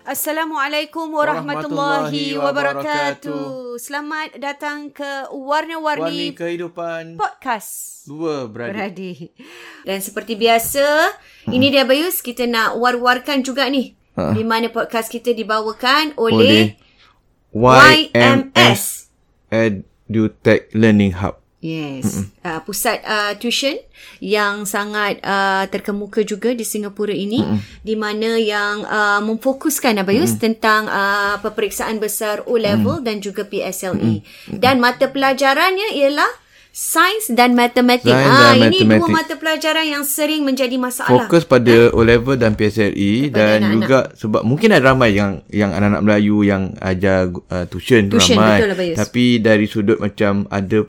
Assalamualaikum warahmatullahi, warahmatullahi wabarakatuh. wabarakatuh. Selamat datang ke Warna-Warni Warna-Warni kehidupan Podcast dua beradik. Beradik. Dan seperti biasa, ini dia Bayus, kita nak war-warkan juga ni. Ha. Di mana podcast kita dibawakan Oleh oleh, YMS EduTech Learning Hub. Yes, uh, pusat uh, tuition yang sangat uh, terkemuka juga di Singapura ini di mana yang uh, memfokuskan Abayus tentang uh, peperiksaan besar Mm. O-level dan juga PSLE. E. Dan mata pelajarannya ialah sains dan matematik. Sains ah dan ini dua matematik. mata pelajaran yang sering menjadi masalah. Fokus pada O-level dan PSLE E dan anak-anak. juga sebab mungkin ada ramai yang yang anak-anak Melayu yang ajar uh, tuition, tu Tuition, ramai. betul lah, Bayus. Tapi dari sudut macam ada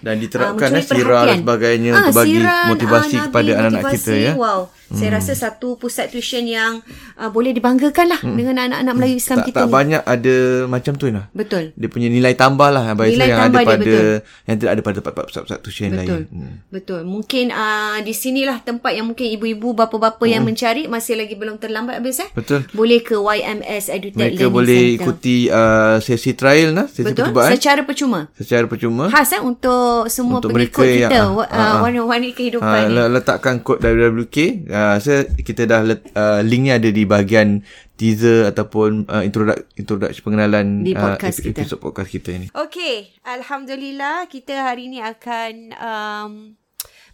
Dan ah, diterapkan, mencuri eh, sirah dan perhatian. Ah, sebagainya untuk bagi motivasi Nabi, kepada anak-anak kita, ya. Wow, saya rasa satu pusat tuition yang uh, boleh dibanggakan lah dengan anak-anak Melayu Islam Hmm. Tak kita tak ni. banyak ada macam tu lah. Betul. Dia punya nilai tambah lah Abang Nilai Isa, yang ada tambah dia, pada betul. yang tidak ada pada tempat-tempat pusat-pusat tuition yang Betul. lain. Hmm. Betul. Mungkin uh, di sinilah tempat yang mungkin ibu-ibu, bapa-bapa yang mencari masih lagi belum terlambat habis eh. Hmm. Betul. Boleh ke YMS Edutech Mereka Learning boleh Centre. ikuti uh, sesi trial lah, sesi Betul. percubaan Secara percuma. secara percuma. Khas eh untuk semua Untuk pengikut mereka kita yang- wa- ah, uh, ah. warna-warni kehidupan Ha, ni. le- letakkan kod WWK uh, saya kita dah let, uh, link ni ada di bahagian teaser ataupun uh, introduc- introduction pengenalan Di ah, podcast ep- kita. episod podcast kita ni. Okey, alhamdulillah kita hari ini akan um,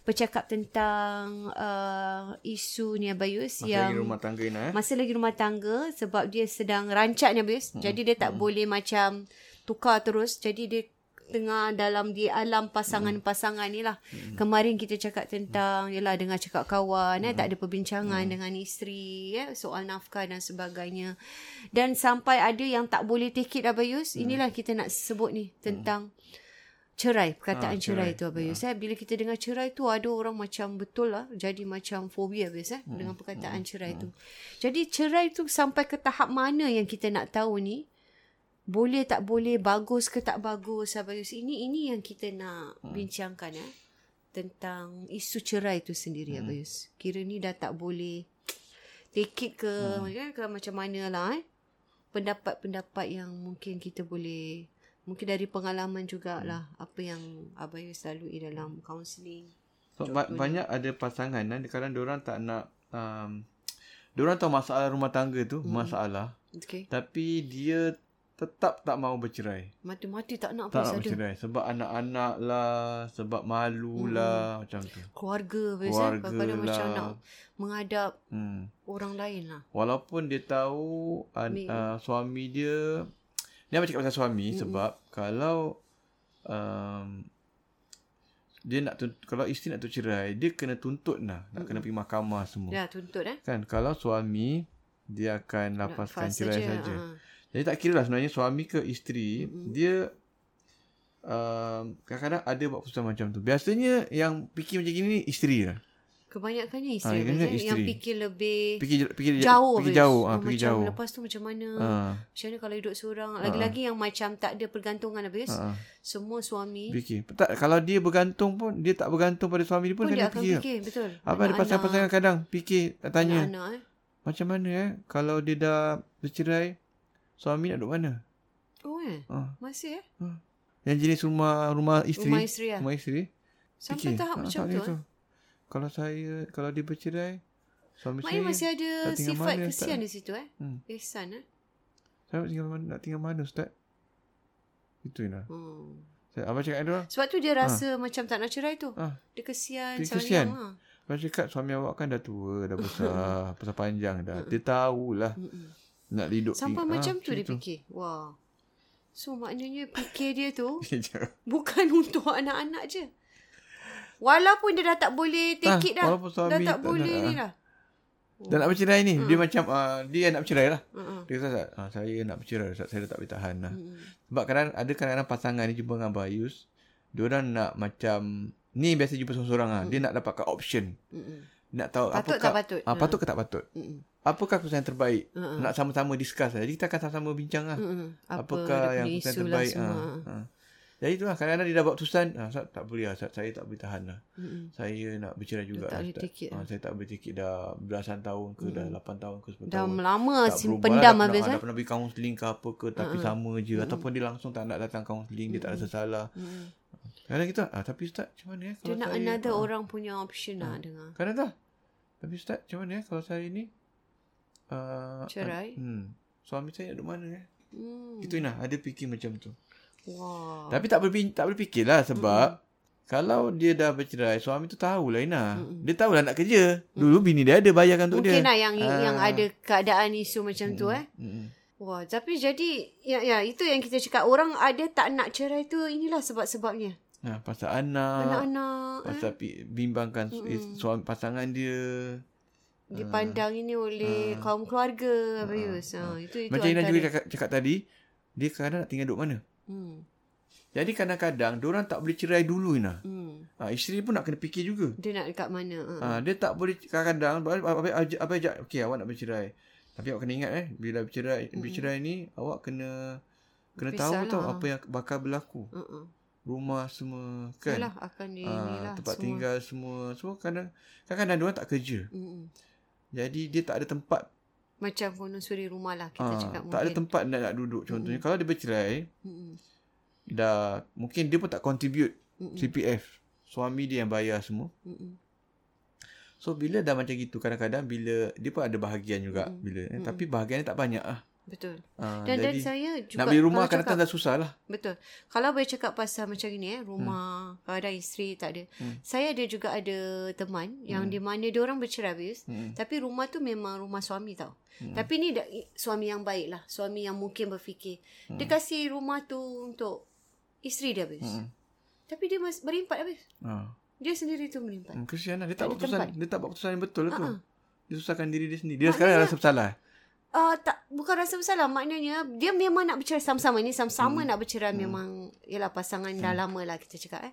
bercakap tentang uh, isu ni Abayus yang tangga eh. ni masa lagi rumah tangga sebab dia sedang rancak ni Abayus. Jadi dia tak boleh macam tukar terus. Jadi dia tengah dalam di alam pasangan-pasangan ni lah. Kemarin kita cakap tentang yalah dengar cakap kawan eh tak ada perbincangan dengan isteri eh soal nafkah dan sebagainya. Dan sampai ada yang tak boleh take it Abayus. Inilah kita nak sebut ni tentang cerai perkataan Ah, cerai, cerai. tu abang Yus eh bila kita dengar cerai tu ada orang macam betul lah jadi macam fobia abang Yus eh Hmm, dengan perkataan cerai tu jadi cerai tu sampai ke tahap mana yang kita nak tahu ni boleh tak boleh bagus ke tak bagus abang Yus ini ini yang kita nak Hmm. bincangkan eh tentang isu cerai tu sendiri Hmm. abang Yus kira ni dah tak boleh take it ke hmm. ke macam mana lah eh pendapat-pendapat yang mungkin kita boleh mungkin dari pengalaman jugalah Hmm. apa yang abang Yus lalui dalam counselling So, ba- banyak ada pasangan dan kadang orang tak nak um, orang tahu masalah rumah tangga tu hmm. masalah okey tapi dia tetap tak mau bercerai. mati-mati tak nak Tak apa nak ada bercerai sebab anak-anak lah, sebab malu Hmm. lah macam tu. keluarga biasa Keluarga kadang-kadang macam lah. nak menghadap Hmm. orang lain lah Walaupun dia tahu an, Mi- uh, suami dia Ni apa cakap pasal suami Mm-mm. sebab kalau um, dia nak tuntut, kalau isteri nak tu cerai, dia kena tuntut lah. Nak kena pergi mahkamah semua. Dah tuntut eh. Kan kalau suami dia akan lepaskan fast saja, cerai saja. saja. ha. Jadi tak kira lah sebenarnya suami ke isteri mm-hmm. dia um, kadang-kadang ada buat keputusan macam tu. Biasanya yang fikir macam gini ni isteri lah. Kebanyakannya Ah, isteri, kebanyakan ha, yang isteri. fikir lebih Fikir fikir jauh. habis. fikir jauh, ah Ah, ha, fikir macam jauh. Lepas tu macam mana? Ha, Macam mana kalau hidup seorang? Lagi-lagi yang macam tak ada pergantungan habis. ha, Semua suami fikir. Tak, kalau dia bergantung pun dia tak bergantung pada suami dia pun, pun kan dia dia akan fikir. fikir. Betul. Apa ada pasangan-pasangan kadang fikir tak tanya Anak-anak eh. macam mana eh kalau dia dah bercerai suami nak duduk mana? Oh eh. Ah. Masih eh. Yang jenis rumah rumah isteri. Rumah isteri lah. Rumah isteri. Sampai Fikir. tahap Ah, macam tak tu. boleh eh. Kalau saya kalau dia bercerai suami Maknanya saya masih ada tak tinggal sifat mana, kesian di situ eh. Hmm. Ihsan eh. saya nak tinggal mana, nak tinggal mana ustaz? Itu lah. Hmm. Saya abang cakap dia orang. Sebab tu dia rasa macam tak nak cerai tu. Ah. Dia kesian. Ha. Dia seorang kesian. yang, ah. Abang cakap suami awak kan dah tua, dah besar, besar panjang dah. Dia tahulah Mm-mm. nak hidup. Sampai tinggal- macam Eh, Ah, tu dia fikir. Wah. So maknanya fikir dia tu Sekejap. bukan untuk anak-anak je. Walaupun dia dah tak boleh Ah, take it dah. walaupun suami Dah tak tak boleh nak, ni ah. dah. Hmm. Dah nak bercerai ni. Dia macam uh, dia nak bercerai lah. Mm-mm. Dia kata, Ustaz, ah, saya nak bercerai. Ustaz, saya dah tak boleh tahan lah. Mm-hmm. Sebab kadang, ada kadang-kadang pasangan ni jumpa dengan Bayus. Diorang nak macam... Ni biasa jumpa seorang-seorang lah. Dia nak dapatkan option. Mm-mm. Nak tahu Patut apakah, tak patut? Ah, patut ke tak patut? Mm-mm. Apakah keputusan yang terbaik? Mm-hmm. Nak sama-sama discuss lah. Jadi kita akan sama-sama bincang lah. Mm-hmm. Mm-mm. Hmm. Apa Apakah dia yang punya keputusan isu lah terbaik? semua. ha. Jadi itulah. Kadang-kadang dia dah buat keputusan. Ah, Ustaz, tak boleh lah. Ustaz, saya tak boleh tahan lah. Mm-mm. Saya nak bercerai juga. tak lah, boleh Ustaz. take it Hmm. Ah, Saya tak boleh take it dah belasan tahun ke. Dah lapan tahun ke sepuluh Dah tahun. lama tak simpen berubah lah. dam Dah Ah, habis eh. pernah, Ah, dah pernah pergi kaunseling ke apa ke tapi uh-huh. sama je uh-huh. ataupun dia langsung tak nak datang kaunseling dia tak rasa salah Mm-mm. kadang kita ah tapi ustaz macam mana eh Mm. Dia kalau nak saya another Ah, orang punya option lah dengar. kadang tak tapi ustaz macam mana eh kalau saya ni uh, Cerai? hmm, suami saya nak duduk mana eh Hmm. itu nah ada fikir macam tu Wah. tapi tak berpi, tak berfikirlah sebab kalau dia dah bercerai suami tu tahulah Ina dia tahulah nak kerja dulu bini dia ada bayarkan untuk Mm. Mungkin dia lah yang Ah. Hmm. yang ada keadaan isu macam tu eh. Mm-mm. Wah, tapi jadi ya ya itu yang kita cakap orang ada tak nak cerai tu inilah sebab-sebabnya. Nah, pasal anak, Anak-anak eh, Pasal pi- bimbangkan su- eh, suami pasangan dia. dipandang ini oleh kaum keluarga Abayus. Ha, itu itu Ah. Macam Ina antara. juga cakap, cakap tadi, dia kadang nak tinggal duduk mana. Hmm. Jadi kadang-kadang diorang tak boleh cerai dulu Ina. Hmm. Ha, isteri pun nak kena fikir juga. Dia nak dekat mana? Ha. Ha, dia tak boleh kadang-kadang apa apa ajak okey awak nak bercerai. Tapi awak kena ingat eh bila bercerai mm bercerai ni awak kena kena tahu Berpisah tau lah. apa yang bakal berlaku. Ha. Rumah semua Kan? kan. Yalah, akan di inilah Ha, tempat semua. tinggal semua. Semua kadang kadang-kadang diorang tak kerja. Mm-mm. Jadi dia tak ada tempat Macam konon suri rumah lah kita Ah, cakap tak ada mungkin. Hmm. tempat nak, nak duduk contohnya mm-hmm. kalau dia bercerai Mm-mm. dah mungkin dia pun tak contribute Mm-mm. mm-hmm. CPF suami dia yang bayar semua Mm-mm. so bila dah macam gitu kadang-kadang bila dia pun ada bahagian juga mm-hmm. bila eh, mm-hmm. tapi bahagiannya tak banyak ah Betul. Ah, Hmm. Dan dan jadi saya juga nak beli rumah kalau kadang-kadang dah susah lah Betul. Kalau boleh cakap pasal macam ni eh, rumah, hmm. kadang isteri tak ada. Hmm. Saya ada juga ada teman yang di mana dia orang bercerai habis, Hmm. hmm. tapi rumah tu memang rumah suami tau. Hmm. Tapi ni dah, suami yang baik lah, suami yang mungkin berfikir. Hmm. Dia kasih rumah tu untuk isteri dia habis. Hmm. Tapi dia mas, berimpat habis. ah. Dia sendiri tu berimpat. Hmm, kesian lah dia Tak tak, buat ada keputusan tempat. dia tak buat keputusan yang betul lah tu Ah, lah ah. dia susahkan diri dia sendiri dia sekarang rasa bersalah Ah uh, tak bukan rasa bersalah maknanya dia memang nak bercerai sama-sama ni sama-sama nak bercerai memang ialah pasangan dah lama lah kita cakap eh.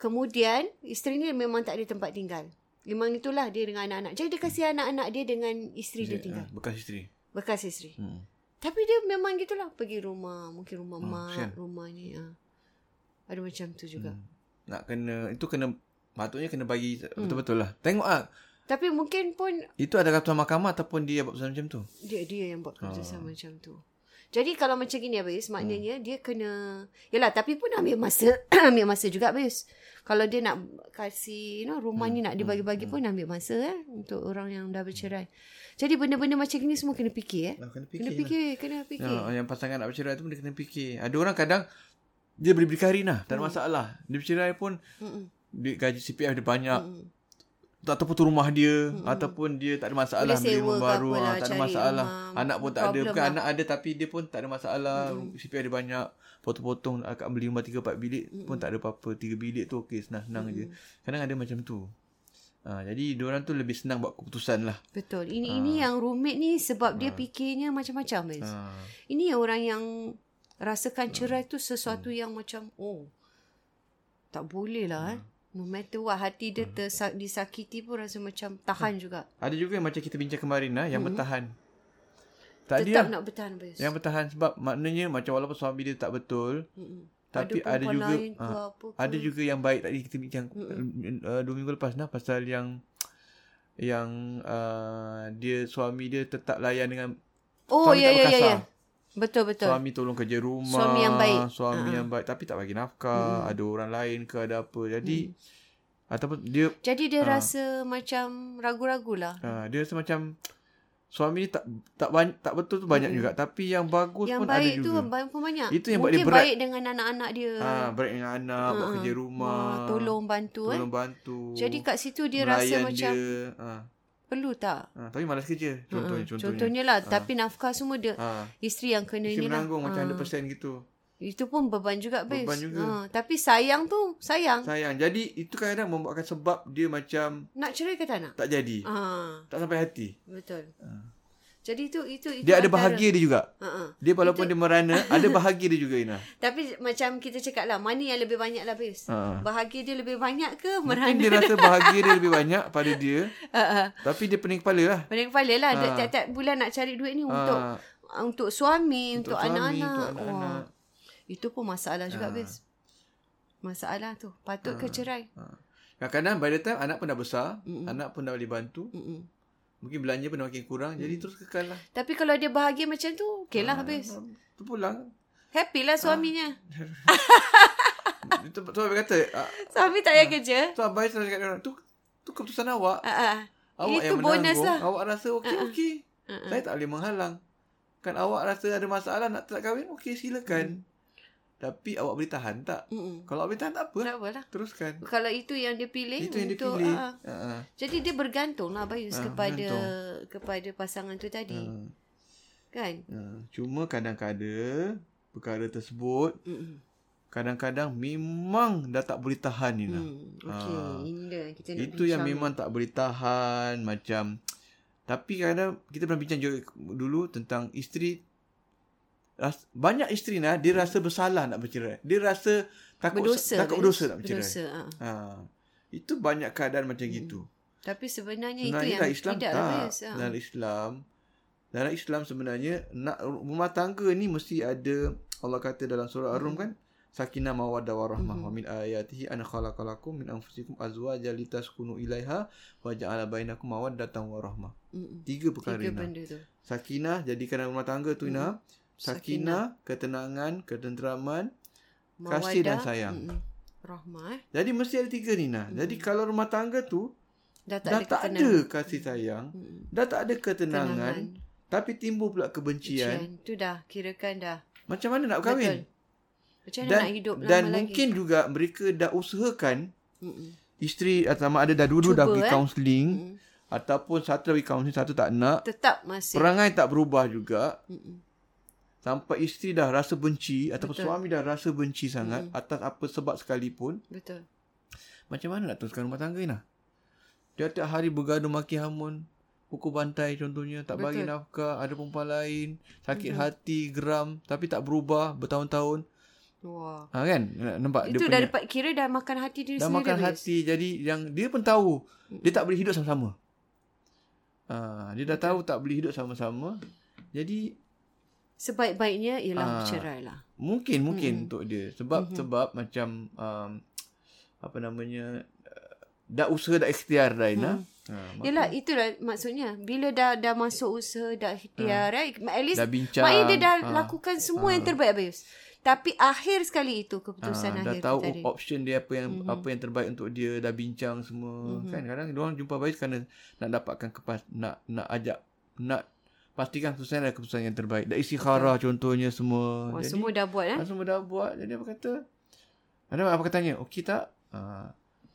Kemudian isteri ni memang tak ada tempat tinggal. Memang itulah dia dengan anak-anak. Jadi dia kasih anak-anak dia dengan isteri dia tinggal. Ah, bekas isteri Bekas isteri. hmm. Tapi dia memang gitulah pergi rumah, mungkin rumah Hmm, mak, kesian. rumah ni ah. Ada macam tu juga. Hmm. nak kena itu kena patutnya kena bagi Hmm. betul-betul lah tengok ah Tapi mungkin pun itu ada keputusan mahkamah ataupun dia buat keputusan macam tu Dia dia yang buat keputusan macam tu. Jadi kalau macam gini Abis, maknanya hmm. dia kena... Yalah, tapi pun ambil masa. ambil masa juga Abis. Kalau dia nak kasih, you know, rumah hmm. ni nak dibagi-bagi hmm. pun ambil masa eh. Untuk orang yang dah bercerai. Jadi benda-benda macam gini semua kena fikir eh. Nah, kena fikir lah. Kena fikir, kena fikir. Ya, yang pasangan nak bercerai tu pun dia kena fikir. Ada orang kadang dia Hmm. beri beri kahwin lah, tak ada masalah. Dia bercerai pun Mm-mm. Hmm. dia gaji CPF dia banyak. Mm-mm. ataupun tu rumah dia hmm. ataupun dia tak ada masalah Boleh beli sewa rumah ke baru apalah, ah, tak ada cari masalah rumah. anak pun tak ada Problem bukan lah. anak ada tapi dia pun tak ada masalah hmm. CP ada banyak potong-potong akak beli rumah 3 4 bilik hmm. pun tak ada apa-apa 3 bilik tu okey senang-senang hmm. je kadang ada macam tu ha, jadi diorang tu lebih senang buat keputusan lah Betul. Ini ini yang roommate ni sebab dia fikirnya macam-macam. Fiz. ha. Ini orang yang rasakan cerai tu sesuatu yang macam oh tak boleh lah eh. No matter what hati Hmm. dia tersa- disakiti pun rasa macam tahan juga. ada juga yang macam kita bincang kemarin lah yang hmm. bertahan tak ada Tetap lah nak bertahan Fiz. yang bertahan sebab maknanya macam walaupun suami dia tak betul Mm-mm. tapi ada perempuan juga lain Hmm. ke ha, apa ke. ada juga yang baik tadi kita bincang uh, dua minggu lepas dah pasal yang yang uh, dia suami dia tetap layan dengan Oh suami ya tak ya ya berkasar. ya. Betul betul. suami tolong kerja rumah Suami yang baik. Ah. Hmm. suami yang baik tapi tak bagi nafkah ada orang lain ke ada apa jadi ataupun dia Jadi Ha. dia rasa macam lah. ragu-ragulah. uh, dia rasa macam suami dia tak tak banyak, tak betul tu banyak juga tapi yang bagus Hmm. Yang pun baik ada tu juga banyak pun banyak. Itu yang buat Mungkin dia berat. baik dengan anak-anak dia. ah baik dengan anak buat kerja rumah Wah, Ha, tolong bantu eh. tolong bantu Jadi kat situ dia Melayan rasa macam dia. Ah. perlu tak? Ha, tapi malas kerja contohnya Contohnya, contohnya. contohnya lah. Tapi nafkah semua dia. Ha. Isteri yang kena Isteri ni lah. menanggung macam 100% gitu. Itu pun beban juga, Bez. Beban juga. Ha, tapi sayang tu, sayang. Sayang. Jadi itu kadang-kadang membuatkan sebab dia macam Nak cerai ke tak nak? tak jadi. Ha, Tak sampai hati. betul. Jadi itu, itu, itu. Ha. Dia ada antara- bahagia dia juga. Ha, ha. Dia walaupun dia merana, ada bahagia dia juga Ina. Tapi macam kita cakap lah, mana yang lebih banyak lah, Bez? Ha. Bahagia dia lebih banyak ke Mungkin merana? dia rasa bahagia dia lebih banyak pada dia, Ha, ha. tapi dia pening kepala lah. Pening kepala lah. Dia Tiap-tiap bulan nak cari duit ni untuk untuk suami, untuk, suami, anak-anak. Ha. untuk anak-anak. Wah. Itu pun masalah juga, Bez. Masalah tu. Patut ke cerai? Ha. Kadang-kadang by the time anak pun dah besar, anak pun dah boleh bantu, Mm-mm. mungkin belanja pun dah makin kurang, jadi terus kekal lah. Ah, Tapi kalau dia bahagia macam tu, okey lah habis. Tu pulang. Happy Ah. lah suaminya. Itu tu abang kata, ah, Suami tak payah kerja. tu abai selalu cakap dengan orang, tu tu keputusan awak. Ah, ah. Awak Itu yang bonus menanggung, lah. Ah. Awak rasa okey uh-uh. okey. Uh-uh. Saya tak boleh menghalang. Kan awak rasa ada masalah nak tak kahwin, okey Hmm. silakan. Tapi awak boleh tahan tak? Mm-mm. Kalau awak boleh tahan tak apa. Tak apalah. Teruskan. Kalau itu yang dia pilih Itu yang dia untuk pilih. ah, ah. Uh-uh. jadi dia bergantung lah Bayus Ah, kepada bergantung. kepada pasangan tu tadi. Uh, Kan? uh. Cuma kadang-kadang perkara tersebut Mm-mm. kadang-kadang memang dah tak boleh tahan ni lah. Hmm. Okey, Ah. ini dia yang kita nak Itu yang bincang. memang tak boleh tahan macam tapi kadang kita pernah bincang juga dulu tentang isteri ras, banyak isteri nah dia rasa bersalah nak bercerai. Dia rasa takut berdosa. takut Bayus. berdosa nak bercerai. Berdosa, ah. Ha. Itu banyak keadaan macam hmm. gitu. Tapi sebenarnya itu Sebenarnya yang dalam Islam tidak tak. lah Bayus. Ah. Dalam Islam dalam Islam sebenarnya nak rumah tangga ni mesti ada Allah kata dalam surah Ar-Rum kan sakinah mawaddah warahmah wa min ayatihi an khalaqalakum min anfusikum azwaja litaskunu ilaiha wa ja'ala bainakum mawaddatan warahmah. Mm-mm. Tiga perkara Tiga Ina. benda tu. Sakinah jadikan rumah tangga tu Ina. Sakinah, ketenangan, ketenteraman. Kasih Mawaddah, dan sayang. mm-mm. Rahmah eh. Jadi mesti ada tiga Nina. Jadi kalau rumah tangga tu Dah tak dah ada tak ketenangan. ada kasih sayang, Mm-mm. dah tak ada Ketenangan. ketenangan, tapi timbul pula Cian. kebencian. Tu dah kirakan dah. Macam mana nak kahwin? Macam mana Dan, nak hidup dan lama mungkin lagi? juga mereka dah usahakan Mm-mm. isteri atau sama ada dah dulu dah Cuba, pergi eh. kaunseling Mm. ataupun satu dah pergi kaunseling satu tak nak. Tetap masih. Hmm. Perangai tak berubah juga Mm-mm. sampai isteri dah rasa benci ataupun Betul. Hmm. suami dah rasa benci sangat atas apa sebab sekalipun. Betul. Macam mana nak teruskan rumah tangga ni? Dia tiap hari bergaduh maki hamun. Pukul bantai contohnya. Tak bagi Betul. Hmm. nafkah. Ada perempuan lain. Sakit hati, geram. Tapi tak berubah bertahun-tahun. Wah. Ha, kan? Nampak? Itu dah dapat kira dah makan hati diri dah sendiri. makan Bayus. hati jadi yang dia pun tahu dia tak boleh hidup sama-sama ha, dia dah tahu tak boleh hidup sama-sama jadi Sebaik-baiknya ialah Ah. bercerai lah. mungkin mungkin Hmm. untuk dia sebab Mhm. sebab macam um, apa namanya uh, dah usaha dah ikhtiar dah Ina ha, mak- Yelah, itulah maksudnya. Bila dah dah masuk usaha, dah ikhtiar, right? At least, Ah. dah bincang maknanya dia dah ha, lakukan semua yang terbaik, Bayus. Tapi akhir sekali itu keputusan ha, dah akhir tu tahu tadi. option dia apa yang apa yang terbaik untuk dia dah bincang semua kan kadang orang jumpa baik kerana nak dapatkan kepas nak nak ajak nak pastikan keputusan adalah keputusan yang terbaik dah istikharah contohnya semua Wah, jadi ah, semua dah buat, Oh, eh? dah semua dah buat jadi apa kata ada apa katanya okey tak ha,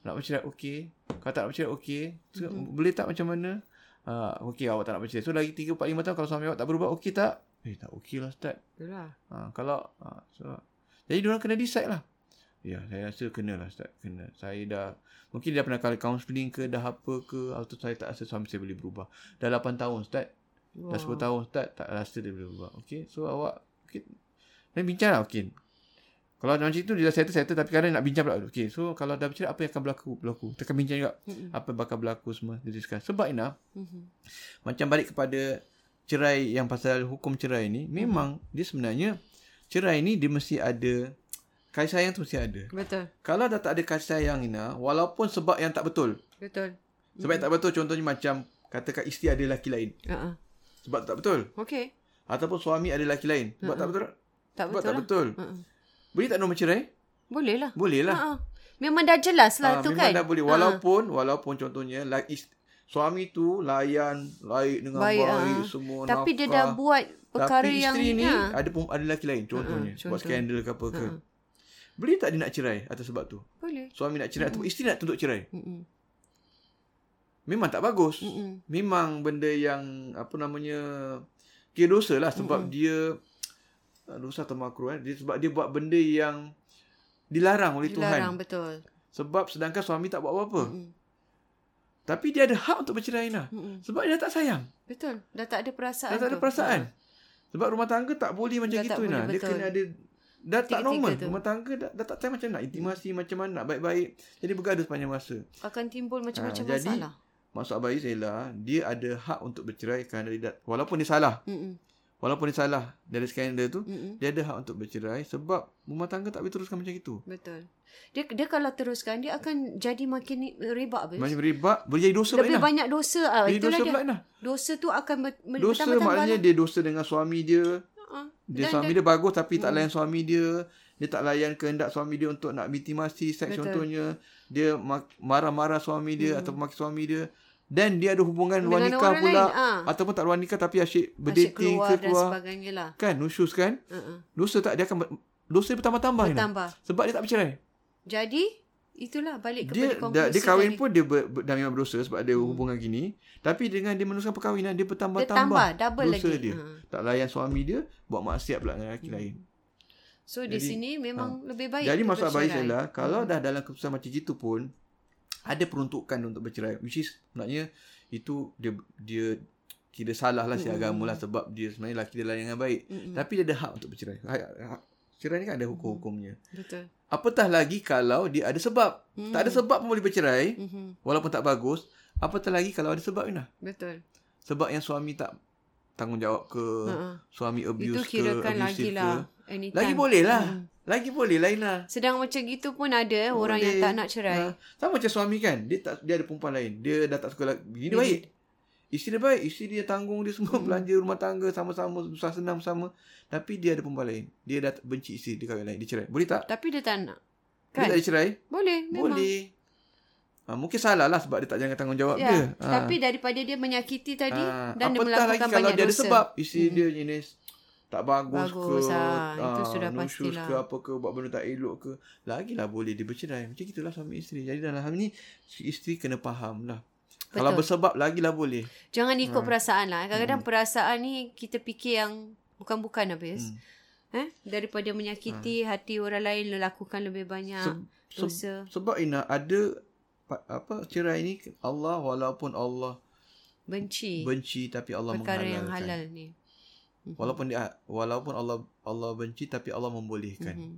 Nak bercerai okey. Kalau tak nak bercerai okey. So, Boleh tak macam mana? Uh, okey awak tak nak bercerai. So lagi 3 4 5 tahun kalau suami awak tak berubah okey tak? Eh tak okey lah ustaz. Itulah. Ha, kalau ha, so, jadi diorang kena decide lah. Ya, saya rasa kena lah Ustaz. Kena. Saya dah, mungkin dia dah pernah kali counselling ke, dah apa ke, atau saya tak rasa suami saya boleh berubah. Dah 8 tahun Ustaz. Wow. Dah 10 tahun Ustaz, tak rasa dia boleh berubah. Okay, so awak, okay. Dan bincang lah, okay. Kalau macam itu, dia dah settle-settle, tapi kadang nak bincang pula. Okay, so kalau dah bercerita, apa yang akan berlaku? Berlaku. Kita akan bincang juga. Mm-mm. Apa yang bakal berlaku semua. Dia discuss. Sebab Ina, Mhm. macam balik kepada cerai yang pasal hukum cerai Hmm. ni memang dia sebenarnya cerai ni dia mesti ada kasih sayang tu mesti ada Betul. kalau dah tak ada kasih sayang Ina walaupun sebab yang tak betul Betul. sebab Hmm. yang tak betul contohnya macam katakan isteri ada lelaki lain Uh-uh. sebab tak betul Okey. ataupun suami ada lelaki lain sebab tak betul Hmm. Tak sebab betul. tak lah. betul Uh-uh. boleh tak nak mencerai Boleh lah. boleh lah Uh-uh. Memang dah jelas lah Ah, tu memang kan. dah boleh Ah. walaupun walaupun contohnya like ist- suami tu layan laik dengan baik, Baik, baik ah. semua Tapi dia nafkah. dah buat perkara Tapi yang isteri ni ya. ada pem- ada lelaki lain contohnya Ha, uh-huh, contoh. buat skandal ke apa ke. Ha. Uh-huh. Boleh tak dia nak cerai atas sebab tu? Boleh. Suami nak cerai uh-huh. ataupun isteri nak tuntut cerai. Mm-mm. Memang tak bagus. Uh-huh. Mm-mm. Memang benda yang apa namanya kira dosa lah sebab uh-huh. dia ah, dosa atau makruh eh. Dia, sebab dia buat benda yang dilarang oleh Dilarang Tuhan. betul. Sebab sedangkan suami tak buat apa-apa. Uh-huh. Mm-mm. Tapi dia ada hak untuk bercerai nah. Mm-mm. Sebab dia tak sayang. Betul. Dah tak ada perasaan. Dah tak ada tu. perasaan. Ha. Sebab rumah tangga tak boleh macam Dah tak gitu boleh, nah. Dia betul. kena ada dah tak Tiga-tiga normal. tu. Hmm. Rumah tangga dah, dah tak tahu macam nak intimasi macam mana nak baik-baik. Jadi bergaduh sepanjang masa. Akan timbul macam-macam Ha, jadi- masalah. Maksud Abah Aziz ialah dia ada hak untuk bercerai kerana dia dah- walaupun dia salah. Mm-mm. Walaupun dia salah dari skandal tu, Mm-mm. dia ada hak untuk bercerai sebab rumah tangga tak boleh teruskan macam itu. Betul. Dia dia kalau teruskan dia akan jadi makin ni- rebak habis. Macam ribak, boleh jadi dosa Lebih pula Inah. banyak dosa. Ah, Jadi itulah dosa dia. pula Inah. Dosa tu akan ber, ber- Dosa bertambah-tambah maknanya lah. dia dosa dengan suami dia. Ha. Dia Dan- Hmm. suami dan- dia bagus tapi tak layan suami dia. Dia tak layan kehendak suami dia untuk nak intimasi Betul. seks Hmm. contohnya. Dia ma- marah-marah suami dia atau maki suami dia. Dan dia ada hubungan luar Dengan nikah orang pula. lain, ah. Ataupun tak luar nikah tapi asyik asyik berdating keluar ke dan keluar. sebagainya lah. Kan nusyus kan? Uh-uh. Dosa tak dia akan ber- dosa dia bertambah-tambah ni. Bertambah. Sebab dia tak bercerai. Jadi itulah balik Eh, kepada Dia konklusi dah, dia kahwin tadi. Hmm. pun dia ber, ber, dah memang berdosa sebab ada hubungan gini. Tapi dengan dia meneruskan perkahwinan dia dia bertambah-tambah. tambah double dosa lagi. dia. Ha. Tak layan suami dia buat maksiat pula Hmm. dengan lelaki lain. So di Jadi, ha. sini memang lebih baik Hmm. Jadi kita maksud Abang Aiz bercerai. ialah kalau dah dalam keputusan macam gitu pun ada peruntukan untuk bercerai which is sebenarnya itu dia dia kira salah lah si Hmm. agama lah sebab dia sebenarnya lelaki dia layan dengan baik. Mm-mm. Tapi dia ada hak untuk bercerai. Hak, hak, cerai ni kan Hmm. ada hukum-hukumnya. Betul. Hmm. Apatah lagi kalau dia ada sebab. Tak ada sebab pun boleh bercerai Mm-hmm. walaupun tak bagus. Apatah lagi kalau ada sebab Inah. Betul. Sebab yang suami tak tanggungjawab ke, Ha. suami Itu abuse ke, kirakan lagi abusive ke. lah. Anytime. Hmm. Lagi boleh lah. Lagi boleh lah Inah. Sedang macam gitu pun ada eh, orang yang Boleh. tak nak cerai. Ha, sama macam suami kan. Dia tak dia ada perempuan lain. Dia dah tak suka lagi. Bini dia baik. Isteri dia baik. Isteri dia tanggung dia semua Hmm. belanja rumah tangga sama-sama susah senang sama. Tapi dia ada perempuan lain. Dia dah benci isteri dia kahwin lain. Dia cerai. Boleh tak? Tapi dia tak nak. Boleh Kan? tak dia cerai? Boleh memang. Boleh. Ha, mungkin salah lah sebab dia tak jangan tanggungjawab Ya, dia. Ha. tapi daripada dia menyakiti tadi Ah, dan dia apatah melakukan lagi kalau banyak dia ada dosa. Hmm. sebab isteri dia jenis tak bagus, Bagus, ke ah, itu ah, sudah nusyus pastilah. ke apa ke buat benda tak elok ke lagilah boleh dia bercerai macam gitulah suami isteri jadi dalam hal ni si isteri kena faham lah Betul. kalau bersebab lagilah boleh Jangan ikut Hmm. perasaan lah. Kadang-kadang perasaan ni kita fikir yang bukan-bukan habis. Hmm. Eh? Daripada menyakiti hati orang lain lakukan lebih banyak Se- dosa. sebab Ina ada pa- apa cerai ni Allah walaupun Allah benci benci tapi Allah perkara menghalalkan yang halal ni. Mhm. walaupun dia walaupun Allah Allah benci tapi Allah membolehkan Mhm.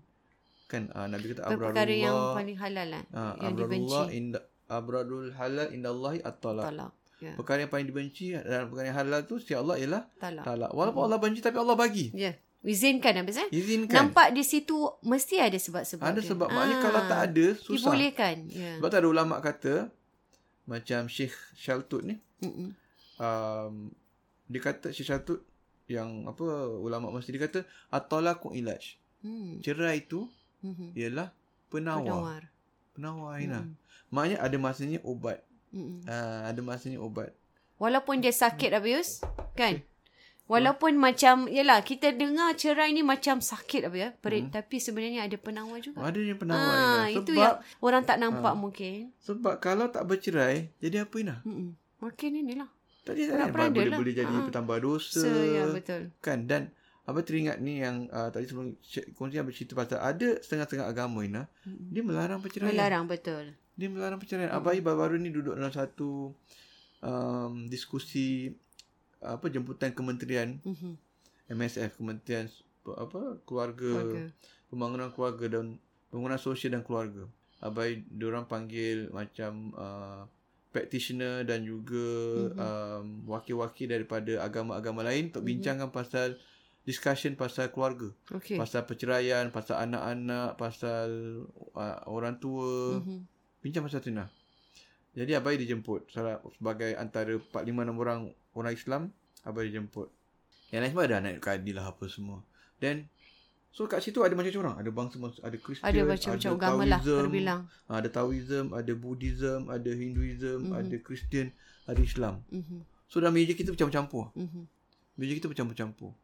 kan ah, Nabi kata Perkara yang abrarullah paling halal lah. Ah, yang dibenci. abrarullah inda abrarul halal indallahi at-talaq. Talak. Ya, Perkara yang paling dibenci dan perkara yang halal tu si Allah ialah talak. talak. Walaupun Mhm. Allah benci tapi Allah bagi. Ya. Izinkan habis eh. Izinkan. Nampak di situ mesti ada sebab-sebab Ada dia. sebab maknanya Ah, kalau tak ada susah. Dibolehkan. Ya. Sebab tu ada ulama kata macam Syekh Syaltut ni Mm-mm. um, dia kata Syekh Syaltut yang apa ulama masjid dia kata at-talaqu ilaj. Hmm. Cerai itu Mhm. ialah penawar. Penawar. Penawar, Aina. Mm. Maknanya ada masanya ubat. Mm-mm. Ah, ada masanya ubat. Walaupun dia sakit habis, kan? Walaupun macam yalah kita dengar cerai ni macam sakit apa ya, perit hmm. tapi sebenarnya ada penawar juga. Ada yang penawar Ah, Ina. itu Sebab yang orang tak nampak Ah. mungkin. Hmm. sebab kalau tak bercerai, jadi apa Ina? Mm-mm. Makin inilah. Tak jadi Tak tak berada boleh, lah. boleh jadi Ah. petambah dosa. So, ya betul. kan dan apa teringat ni yang uh, tadi sebelum cik- kongsi yang bercerita pasal ada setengah-setengah agama Ina Mm-mm. dia melarang perceraian Melarang betul. dia melarang perceraian hmm. abai baru-baru ni duduk dalam satu um, diskusi apa jemputan kementerian Mhm. MSF Kementerian apa keluarga, keluarga. Keluarga. pembangunan keluarga dan pembangunan sosial dan keluarga abai diorang panggil macam uh, practitioner dan juga Mhm. mm-hmm. um, wakil-wakil daripada agama-agama lain untuk Mhm. bincangkan pasal discussion pasal keluarga Okey. pasal perceraian pasal anak-anak pasal uh, orang tua Mhm. bincang pasal tu nah jadi abai dijemput salah- sebagai antara 4 5 6 orang orang Islam abai dijemput yang lain semua ada anak kadi lah apa semua then so kat situ ada macam-macam orang ada bangsa mas- ada Kristian Ada macam-macam agama lah Taoism, ah, Ada bilang ada Taoism ada Buddhism ada Hinduism Mhm. mm-hmm. ada Kristian ada Islam Mhm, so dalam meja kita bercampur-campur mhm, meja kita bercampur-campur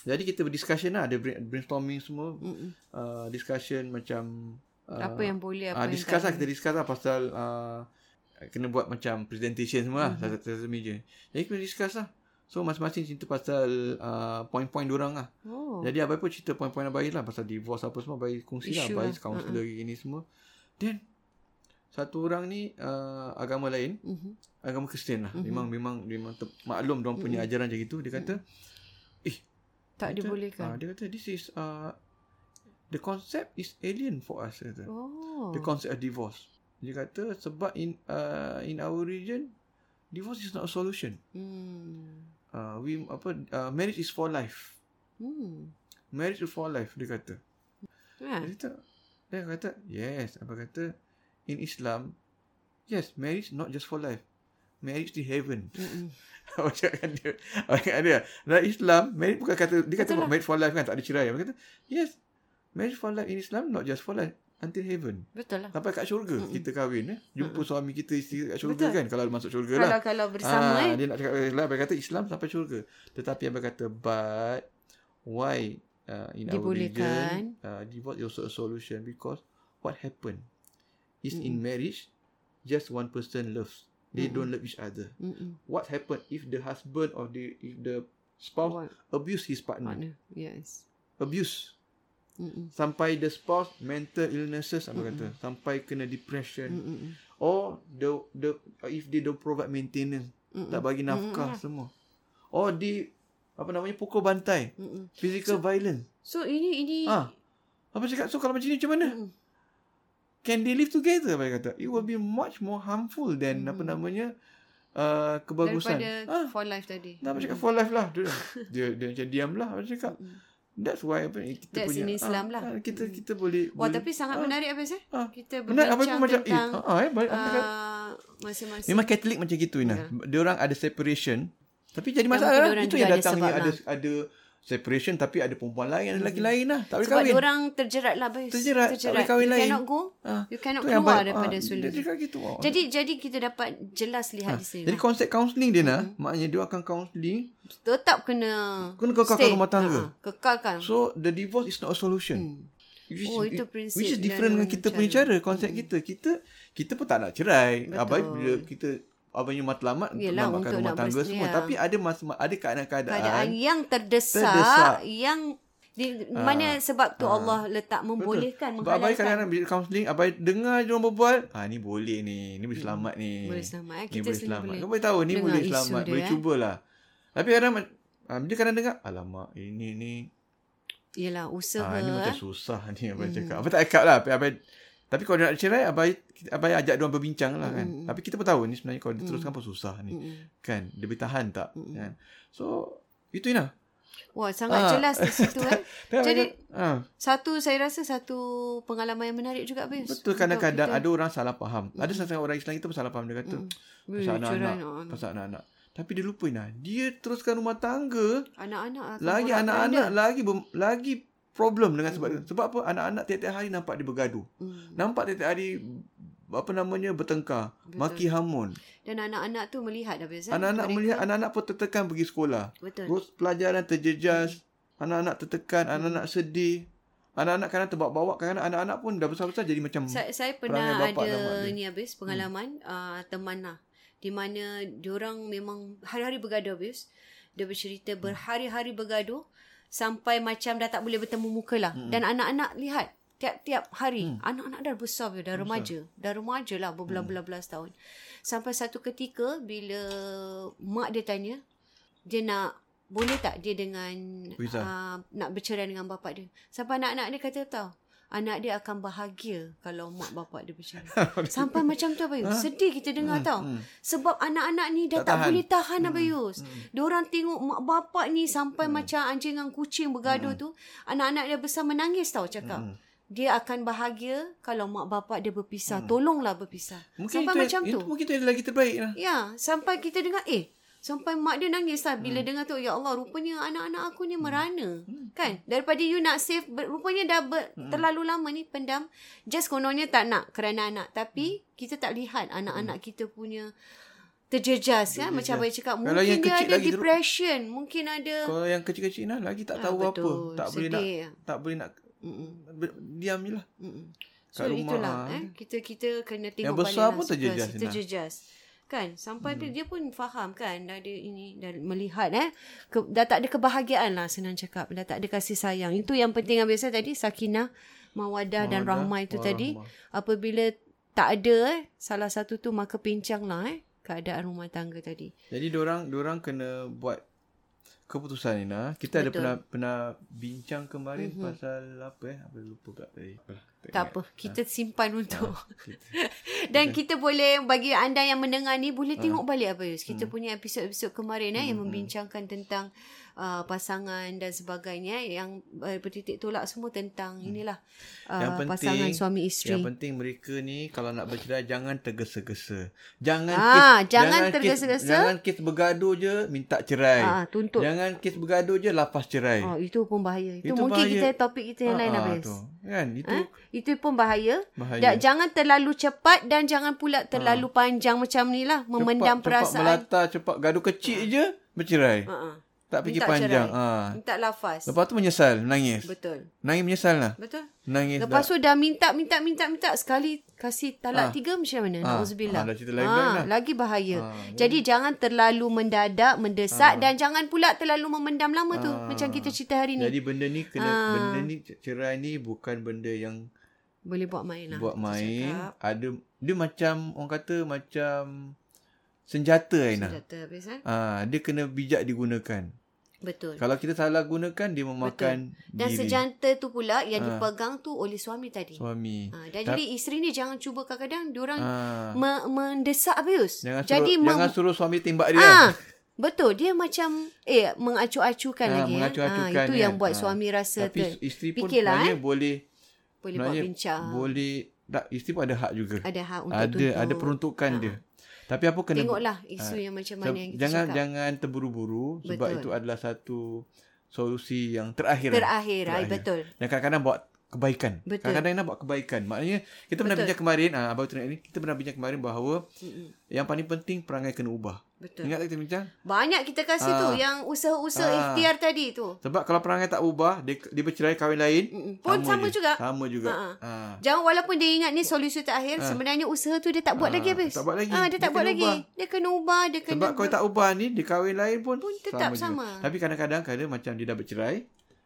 jadi kita berdiscussion lah ada brain- brainstorming semua mhm. uh, discussion macam uh, Apa yang boleh Ah, Apa yang discuss lah, tak kita discuss lah pasal uh, kena buat macam presentation semua lah, Mhm. satu satu meja. Jadi kita discuss lah. So, masing-masing cerita pasal uh, point-point diorang lah. Oh Jadi, Abai pun cerita point-point Abai lah pasal divorce apa semua. Abai kongsi lah. Issue Abai lah. counselor uh-uh. gini semua. Then, satu orang ni uh, agama lain, Mhm, agama Kristian lah. Mhm. Memang, memang, memang ter- maklum diorang punya Mhm. ajaran macam itu. Dia kata, Tak kata, dibolehkan ah, dia kata, this is, uh, the concept is alien for us. Dia kata Oh the concept of divorce. Dia kata sebab in uh, in our region divorce is not a solution. Hmm. Uh, we apa uh, marriage is for life. Hmm. Marriage is for life dia kata. Kan? Dia kata dia kata yes, apa kata in Islam yes, marriage not just for life. Marriage to heaven. Mm-mm. Awak cakapkan dia. Awak cakap dia. Dalam Islam, marriage bukan kata, dia kata Betul lah. marriage for life kan, tak ada cerai. Dia kata, yes, marriage for life in Islam, not just for life, until heaven. Betul lah Sampai kat syurga Mm-mm. mm kita kahwin eh. Jumpa Mm-mm. suami kita isteri kat syurga Betul. kan kalau masuk syurga lah. Kalau kalau bersama eh Dia nak cakap lah dia kata Islam sampai syurga. Tetapi yang berkata but why uh, in our Dibolehkan. religion uh, divorce is also a solution because what happened is in Mm-mm. marriage just one person loves. They Mm. Mm-mm. don't love each other. Mm-mm. What happened if the husband or the if the spouse What? abuse his partner? Partner Yes Abuse Mm-mm. sampai the spouse mental illnesses apa Mm-mm. kata sampai kena depression Mm-mm. Or Oh, the the if they don't provide maintenance, Mm-mm. mm. tak bagi Hmm, nafkah mm. semua. Or di apa namanya pukul bantai, Mm-mm. physical so, violence. So ini mm, ini Ah. Apa cakap so kalau macam ni macam mana? Mm-mm. Can they live together? Apa dia kata? It will be much more harmful than Mm. apa namanya uh, kebagusan. Daripada Hmm. Ah, for life tadi nak apa cakap Mm-mm. for life lah dia. Dia dia macam diam lah apa cakap. Mm-mm. That's why apa ni, kita Hmm. That's punya in Islam lah. ah, kita Mm. kita boleh Wah boleh- tapi sangat Ah. menarik Abis eh Ah. Kita Benar apa pun berbincang macam eh, tentang ah, eh, baik, apa cakap? ah, Masing-masing Memang Katolik macam gitu Ya. Ina. Dia orang ada separation tapi jadi Dan masalah mungkin lah. diorang Itu juga yang ada datangnya sebab ada ada separation tapi ada perempuan lain ada lelaki Mhm. lain lah. Tak boleh Sebab kahwin. orang terjerat lah Abis Terjerat, tak boleh kahwin you lain. cannot go Ah, You cannot tu yang keluar baik. daripada Ah, suluh Dia cakap gitu. Wah. Jadi jadi kita dapat jelas lihat Ah, di sini. jadi lah. konsep counselling dia nak Mhm. maknanya dia akan counselling tetap kena Kena kekalkan stay. rumah tangga. Ha, kekalkan. so the divorce is not a solution. hmm. Which is, Oh itu prinsip. which is dan different dengan kita punya cara konsep kita. Kita kita pun tak nak cerai. Hmm. Betul. Abai bila kita abangnya matlamat untuk Yelah, lambatkan untuk rumah nak tangga semua bersedia. tapi ada masa ada keadaan-keadaan Keadaan yang terdesak, Ah, Terdesak. yang di Ah. mana sebab tu Ah. Allah letak membolehkan Sebab Abai menghalalkan. kadang-kadang bila counselling, Abai dengar je orang berbual, ah ni boleh ni, ni boleh selamat ni. Hmm. Boleh selamat. Eh. Ni Kita boleh sendiri selamat. boleh. Kau boleh tahu ni Dengar boleh isu selamat, dia, boleh eh. cubalah. Tapi kadang ah, dia kadang dengar, alamak ini ni, Yelah usaha. ah, ni eh. macam susah ni Abai Mhm. cakap. Abai tak cakap lah, tapi Abai tapi kalau dia nak cerai, Abai, Abai ajak dia orang berbincang lah kan. Mm-mm. Tapi kita pun tahu ni sebenarnya kalau Mm. diteruskan pun susah ni. Mm-mm. Kan, dia boleh tahan tak? Mm-mm. Kan? So, itu Ina. Wah sangat Ah. jelas di situ eh. Jadi- ah, Satu saya rasa satu pengalaman yang menarik juga Abis. betul kadang-kadang ada orang salah faham. Hmm. Ada setengah orang Islam kita pun salah faham. Dia kata, Mm. pasal anak-anak. pasal anak-anak. Tapi dia lupa nah, dia teruskan rumah tangga, Anak-anak akan lagi borak anak-anak lah. beranda. lagi bem, lagi problem dengan sebab Hmm. sebab apa? Anak-anak tiap-tiap hari nampak dia bergaduh. Hmm. Nampak tiap-tiap hari apa namanya bertengkar, Betul. maki hamun. Dan anak-anak tu melihat dah biasa. Anak-anak melihat anak-anak pun tertekan pergi sekolah. Betul. Terus pelajaran terjejas, anak-anak tertekan, anak-anak sedih. Anak-anak kadang terbawa-bawa, kadang anak-anak pun dah besar-besar jadi macam Saya, saya Perangai pernah bapak dan mak ada dia. ni habis pengalaman hmm. uh, teman lah. Di mana diorang memang hari-hari bergaduh habis. Dia bercerita berhari-hari bergaduh sampai macam dah tak boleh bertemu muka lah. Hmm. Dan anak-anak lihat tiap-tiap hari hmm. anak-anak dah besar dah, dah remaja. Dah remaja lah berbelas-belas hmm. tahun. Sampai satu ketika bila mak dia tanya dia nak boleh tak dia dengan Rizal. uh, nak bercerai dengan bapak dia. Sampai anak-anak dia kata tau, anak dia akan bahagia kalau mak bapak dia bercerai. Sampai macam tu Abayus. Sedih kita dengar tau. Hmm. Kan, Sebab anak-anak ni dah Ah. Hmm. tak, Tak tak tahan. boleh tahan Hmm. Hmm. Abayus. Diorang tengok mak bapak ni sampai macam anjing dengan kucing bergaduh Hmm. tu. Anak-anak dia besar menangis tau cakap. Dia akan bahagia kalau mak bapak dia berpisah. Tolonglah berpisah. Hmm. mungkin sampai itu, macam itu, tu. Mungkin itu lagi terbaik lah. Ya, sampai kita dengar eh sampai mak dia nangis lah bila hmm. dengar tu ya Allah rupanya anak-anak aku ni merana hmm. kan daripada you nak save ber- rupanya dah ber, hmm. terlalu lama ni pendam just kononnya tak nak kerana anak tapi Mm. hmm. kita tak lihat anak-anak hmm. kita punya terjejas kan macam abang cakap Kalau mungkin yang dia kecil ada lagi teruk. depression mungkin ada Kalau yang kecil-kecil lah lagi tak Ah, tahu apa. betul. Tak boleh nak Sedih. Hmm. tak boleh nak Mm-mm. ber- diam je lah. Mm-mm. So Kat rumah, itulah ah. eh kita kita kena tengok Yang besar balik lah pun situasi, terjejas, Ina. terjejas. Kan sampai hmm. dia, dia pun faham kan dah dia ini dah melihat eh ke, dah tak ada kebahagiaan lah senang cakap dah tak ada kasih sayang. Itu yang penting yang biasa tadi sakinah, mawadah, Ya, dan Mawaddah, rahmah itu tadi warahmah. apabila tak ada eh salah satu tu maka pincanglah eh keadaan rumah tangga tadi. Jadi diorang diorang kena buat keputusan Ina. Kita Betul. Mhm. ada pernah pernah bincang kemarin mm-hmm. pasal apa eh? Apa lupa kat tadi. Apalah, Tak apa, kita simpan untuk kita- Dan kita boleh bagi anda yang mendengar ni boleh Ah. tengok balik apa Yus. Hmm. Kita punya episod-episod kemarin eh yang membincangkan tentang uh, pasangan dan sebagainya yang uh, bertitik tolak semua tentang inilah uh, Hmm. Yang penting pasangan suami isteri. Yang penting mereka ni kalau nak bercerai jangan tergesa-gesa. Jangan Ah, jangan Kes, tergesa-gesa. jangan kes bergaduh je minta cerai. Ah, tuntut. Jangan kes bergaduh je lepas cerai. Oh, itu pun bahaya. Itu, Eh. Itu mungkin bahaya. Ah, kita topik kita yang lain apa Yus. tu. Kan itu Eh? Itu pun bahaya. Bahaya. Da, Ah. jangan terlalu cepat dan jangan pula terlalu panjang macam ni lah. Memendam cepat, perasaan. Cepat melata, cepat gaduh kecil je bercerai. Ha-ha. Tak fikir Minta panjang. cerai. Ah. Minta lafaz. Lepas tu menyesal, menangis. Betul. Nangis menyesal lah. Betul. Nangis Lepas dah. tu dah minta minta minta minta sekali kasih talak Ah. tiga macam mana? Nauzubillah. Ah, dah cerita lain-lain lah. lagi bahaya. Jadi jangan terlalu mendadak, mendesak Ah. dan jangan pula terlalu memendam lama tu macam kita cerita hari ni. Ah. Jadi benda ni kena benda ni cerai ni bukan benda yang Boleh buat main lah. buat kita main cakap. ada dia macam orang kata macam senjata Aina. Senjata habis eh? Ah dia kena bijak digunakan. Betul. Kalau kita salah gunakan dia memakan Dan diri Ah. senjata tu pula yang dipegang tu oleh suami tadi. suami. Ha, dan jadi isteri ni jangan cuba kadang-kadang diorang Ah me- mendesak habis. jangan jadi suruh, jangan suruh suami tembak dia. Ah, betul. Dia macam eh mengacu-acukan Ah, lagi. eh. mengacu-acukan Ah, itu kan. yang buat Ah. suami rasa Tapi ter, isteri pun Fikirlah, eh. sebenarnya boleh boleh buat sebenarnya bincang. boleh tak isteri pun ada hak juga. Ada hak untuk Ada tuntut. ada peruntukan dia. Tapi apa kena Tengoklah isu yang macam mana yang kita jangan cakap. jangan terburu-buru sebab Betul. itu adalah satu solusi yang terakhir. lah. Terakhir, Ay, betul. Dan kadang-kadang buat kebaikan. Betul. Kadang-kadang nak buat kebaikan. Maknanya kita pernah Betul. bincang kemarin, ah abang tunai ni kita pernah bincang kemarin bahawa Mm-mm. yang paling penting perangai kena ubah. Betul. Ingat tak kita bincang? Banyak kita kasih tu Ah. yang usaha-usaha Ah. ikhtiar tadi tu. Sebab kalau perangai tak ubah, dia, dia bercerai kahwin lain, Mm-mm. Pun sama je. juga. Sama juga. Ha, Ha. Jangan walaupun dia ingat ni solusi terakhir, sebenarnya usaha tu dia tak buat Ah, lagi habis. tak buat lagi. Ah, dia tak Dia buat kena lagi. ubah. Dia kena ubah, dia kena Sebab kau tak ubah ni, dia kahwin lain pun, Pun tetap juga. sama. Tapi kadang-kadang kadang macam dia dah bercerai,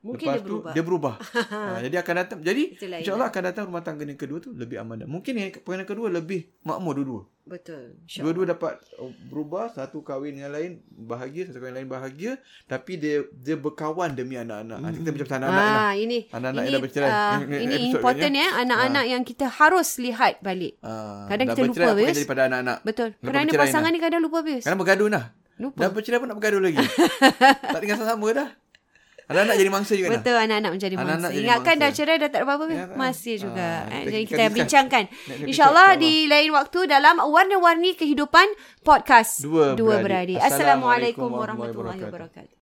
Mungkin Lepas dia tu, berubah. dia berubah. ha, jadi akan datang jadi Itu lain lah. insya-Allah akan datang rumah tangga yang kedua tu lebih amanah. Mungkin yang pengantin kedua lebih makmur dua-dua. Betul. InsyaAllah. Dua-dua dapat oh, berubah, satu kahwin dengan lain bahagia, satu kahwin lain bahagia, tapi dia dia berkawan demi anak-anak. Hmm. Kita macam anak-anak ni lah. Ah, ini Anak-anak ini, yang dah bercerai. ah, Ini- ini ini episode eh. important ya anak-anak yang kita harus lihat balik. Ah, Kadang dah kita bercerai, lupa, apa Fiz. jadi pada anak-anak. Betul. Lepas Kerana bercerai pasangan ni kadang lupa habis. Kadang bergaduh dah. Lupa. Dah bercerai pun nak bergaduh lagi. tak dengar sama-sama dah. Anak-anak jadi mangsa juga dah. Betul anak-anak menjadi lah. Anak-anak mangsa. jadi Ingatkan mangsa. dah cerai dah tak ada apa-apa. Ya, Masih ah, juga. kita eh, jadi akan kita akan discuss. bincangkan. kita InsyaAllah bincang, di lain waktu dalam Warna-Warni Kehidupan Podcast Dua Dua Beradik. Beradik. Assalamualaikum Assalamualaikum warahmatullahi warahmatullahi wabarakatuh. wabarakatuh.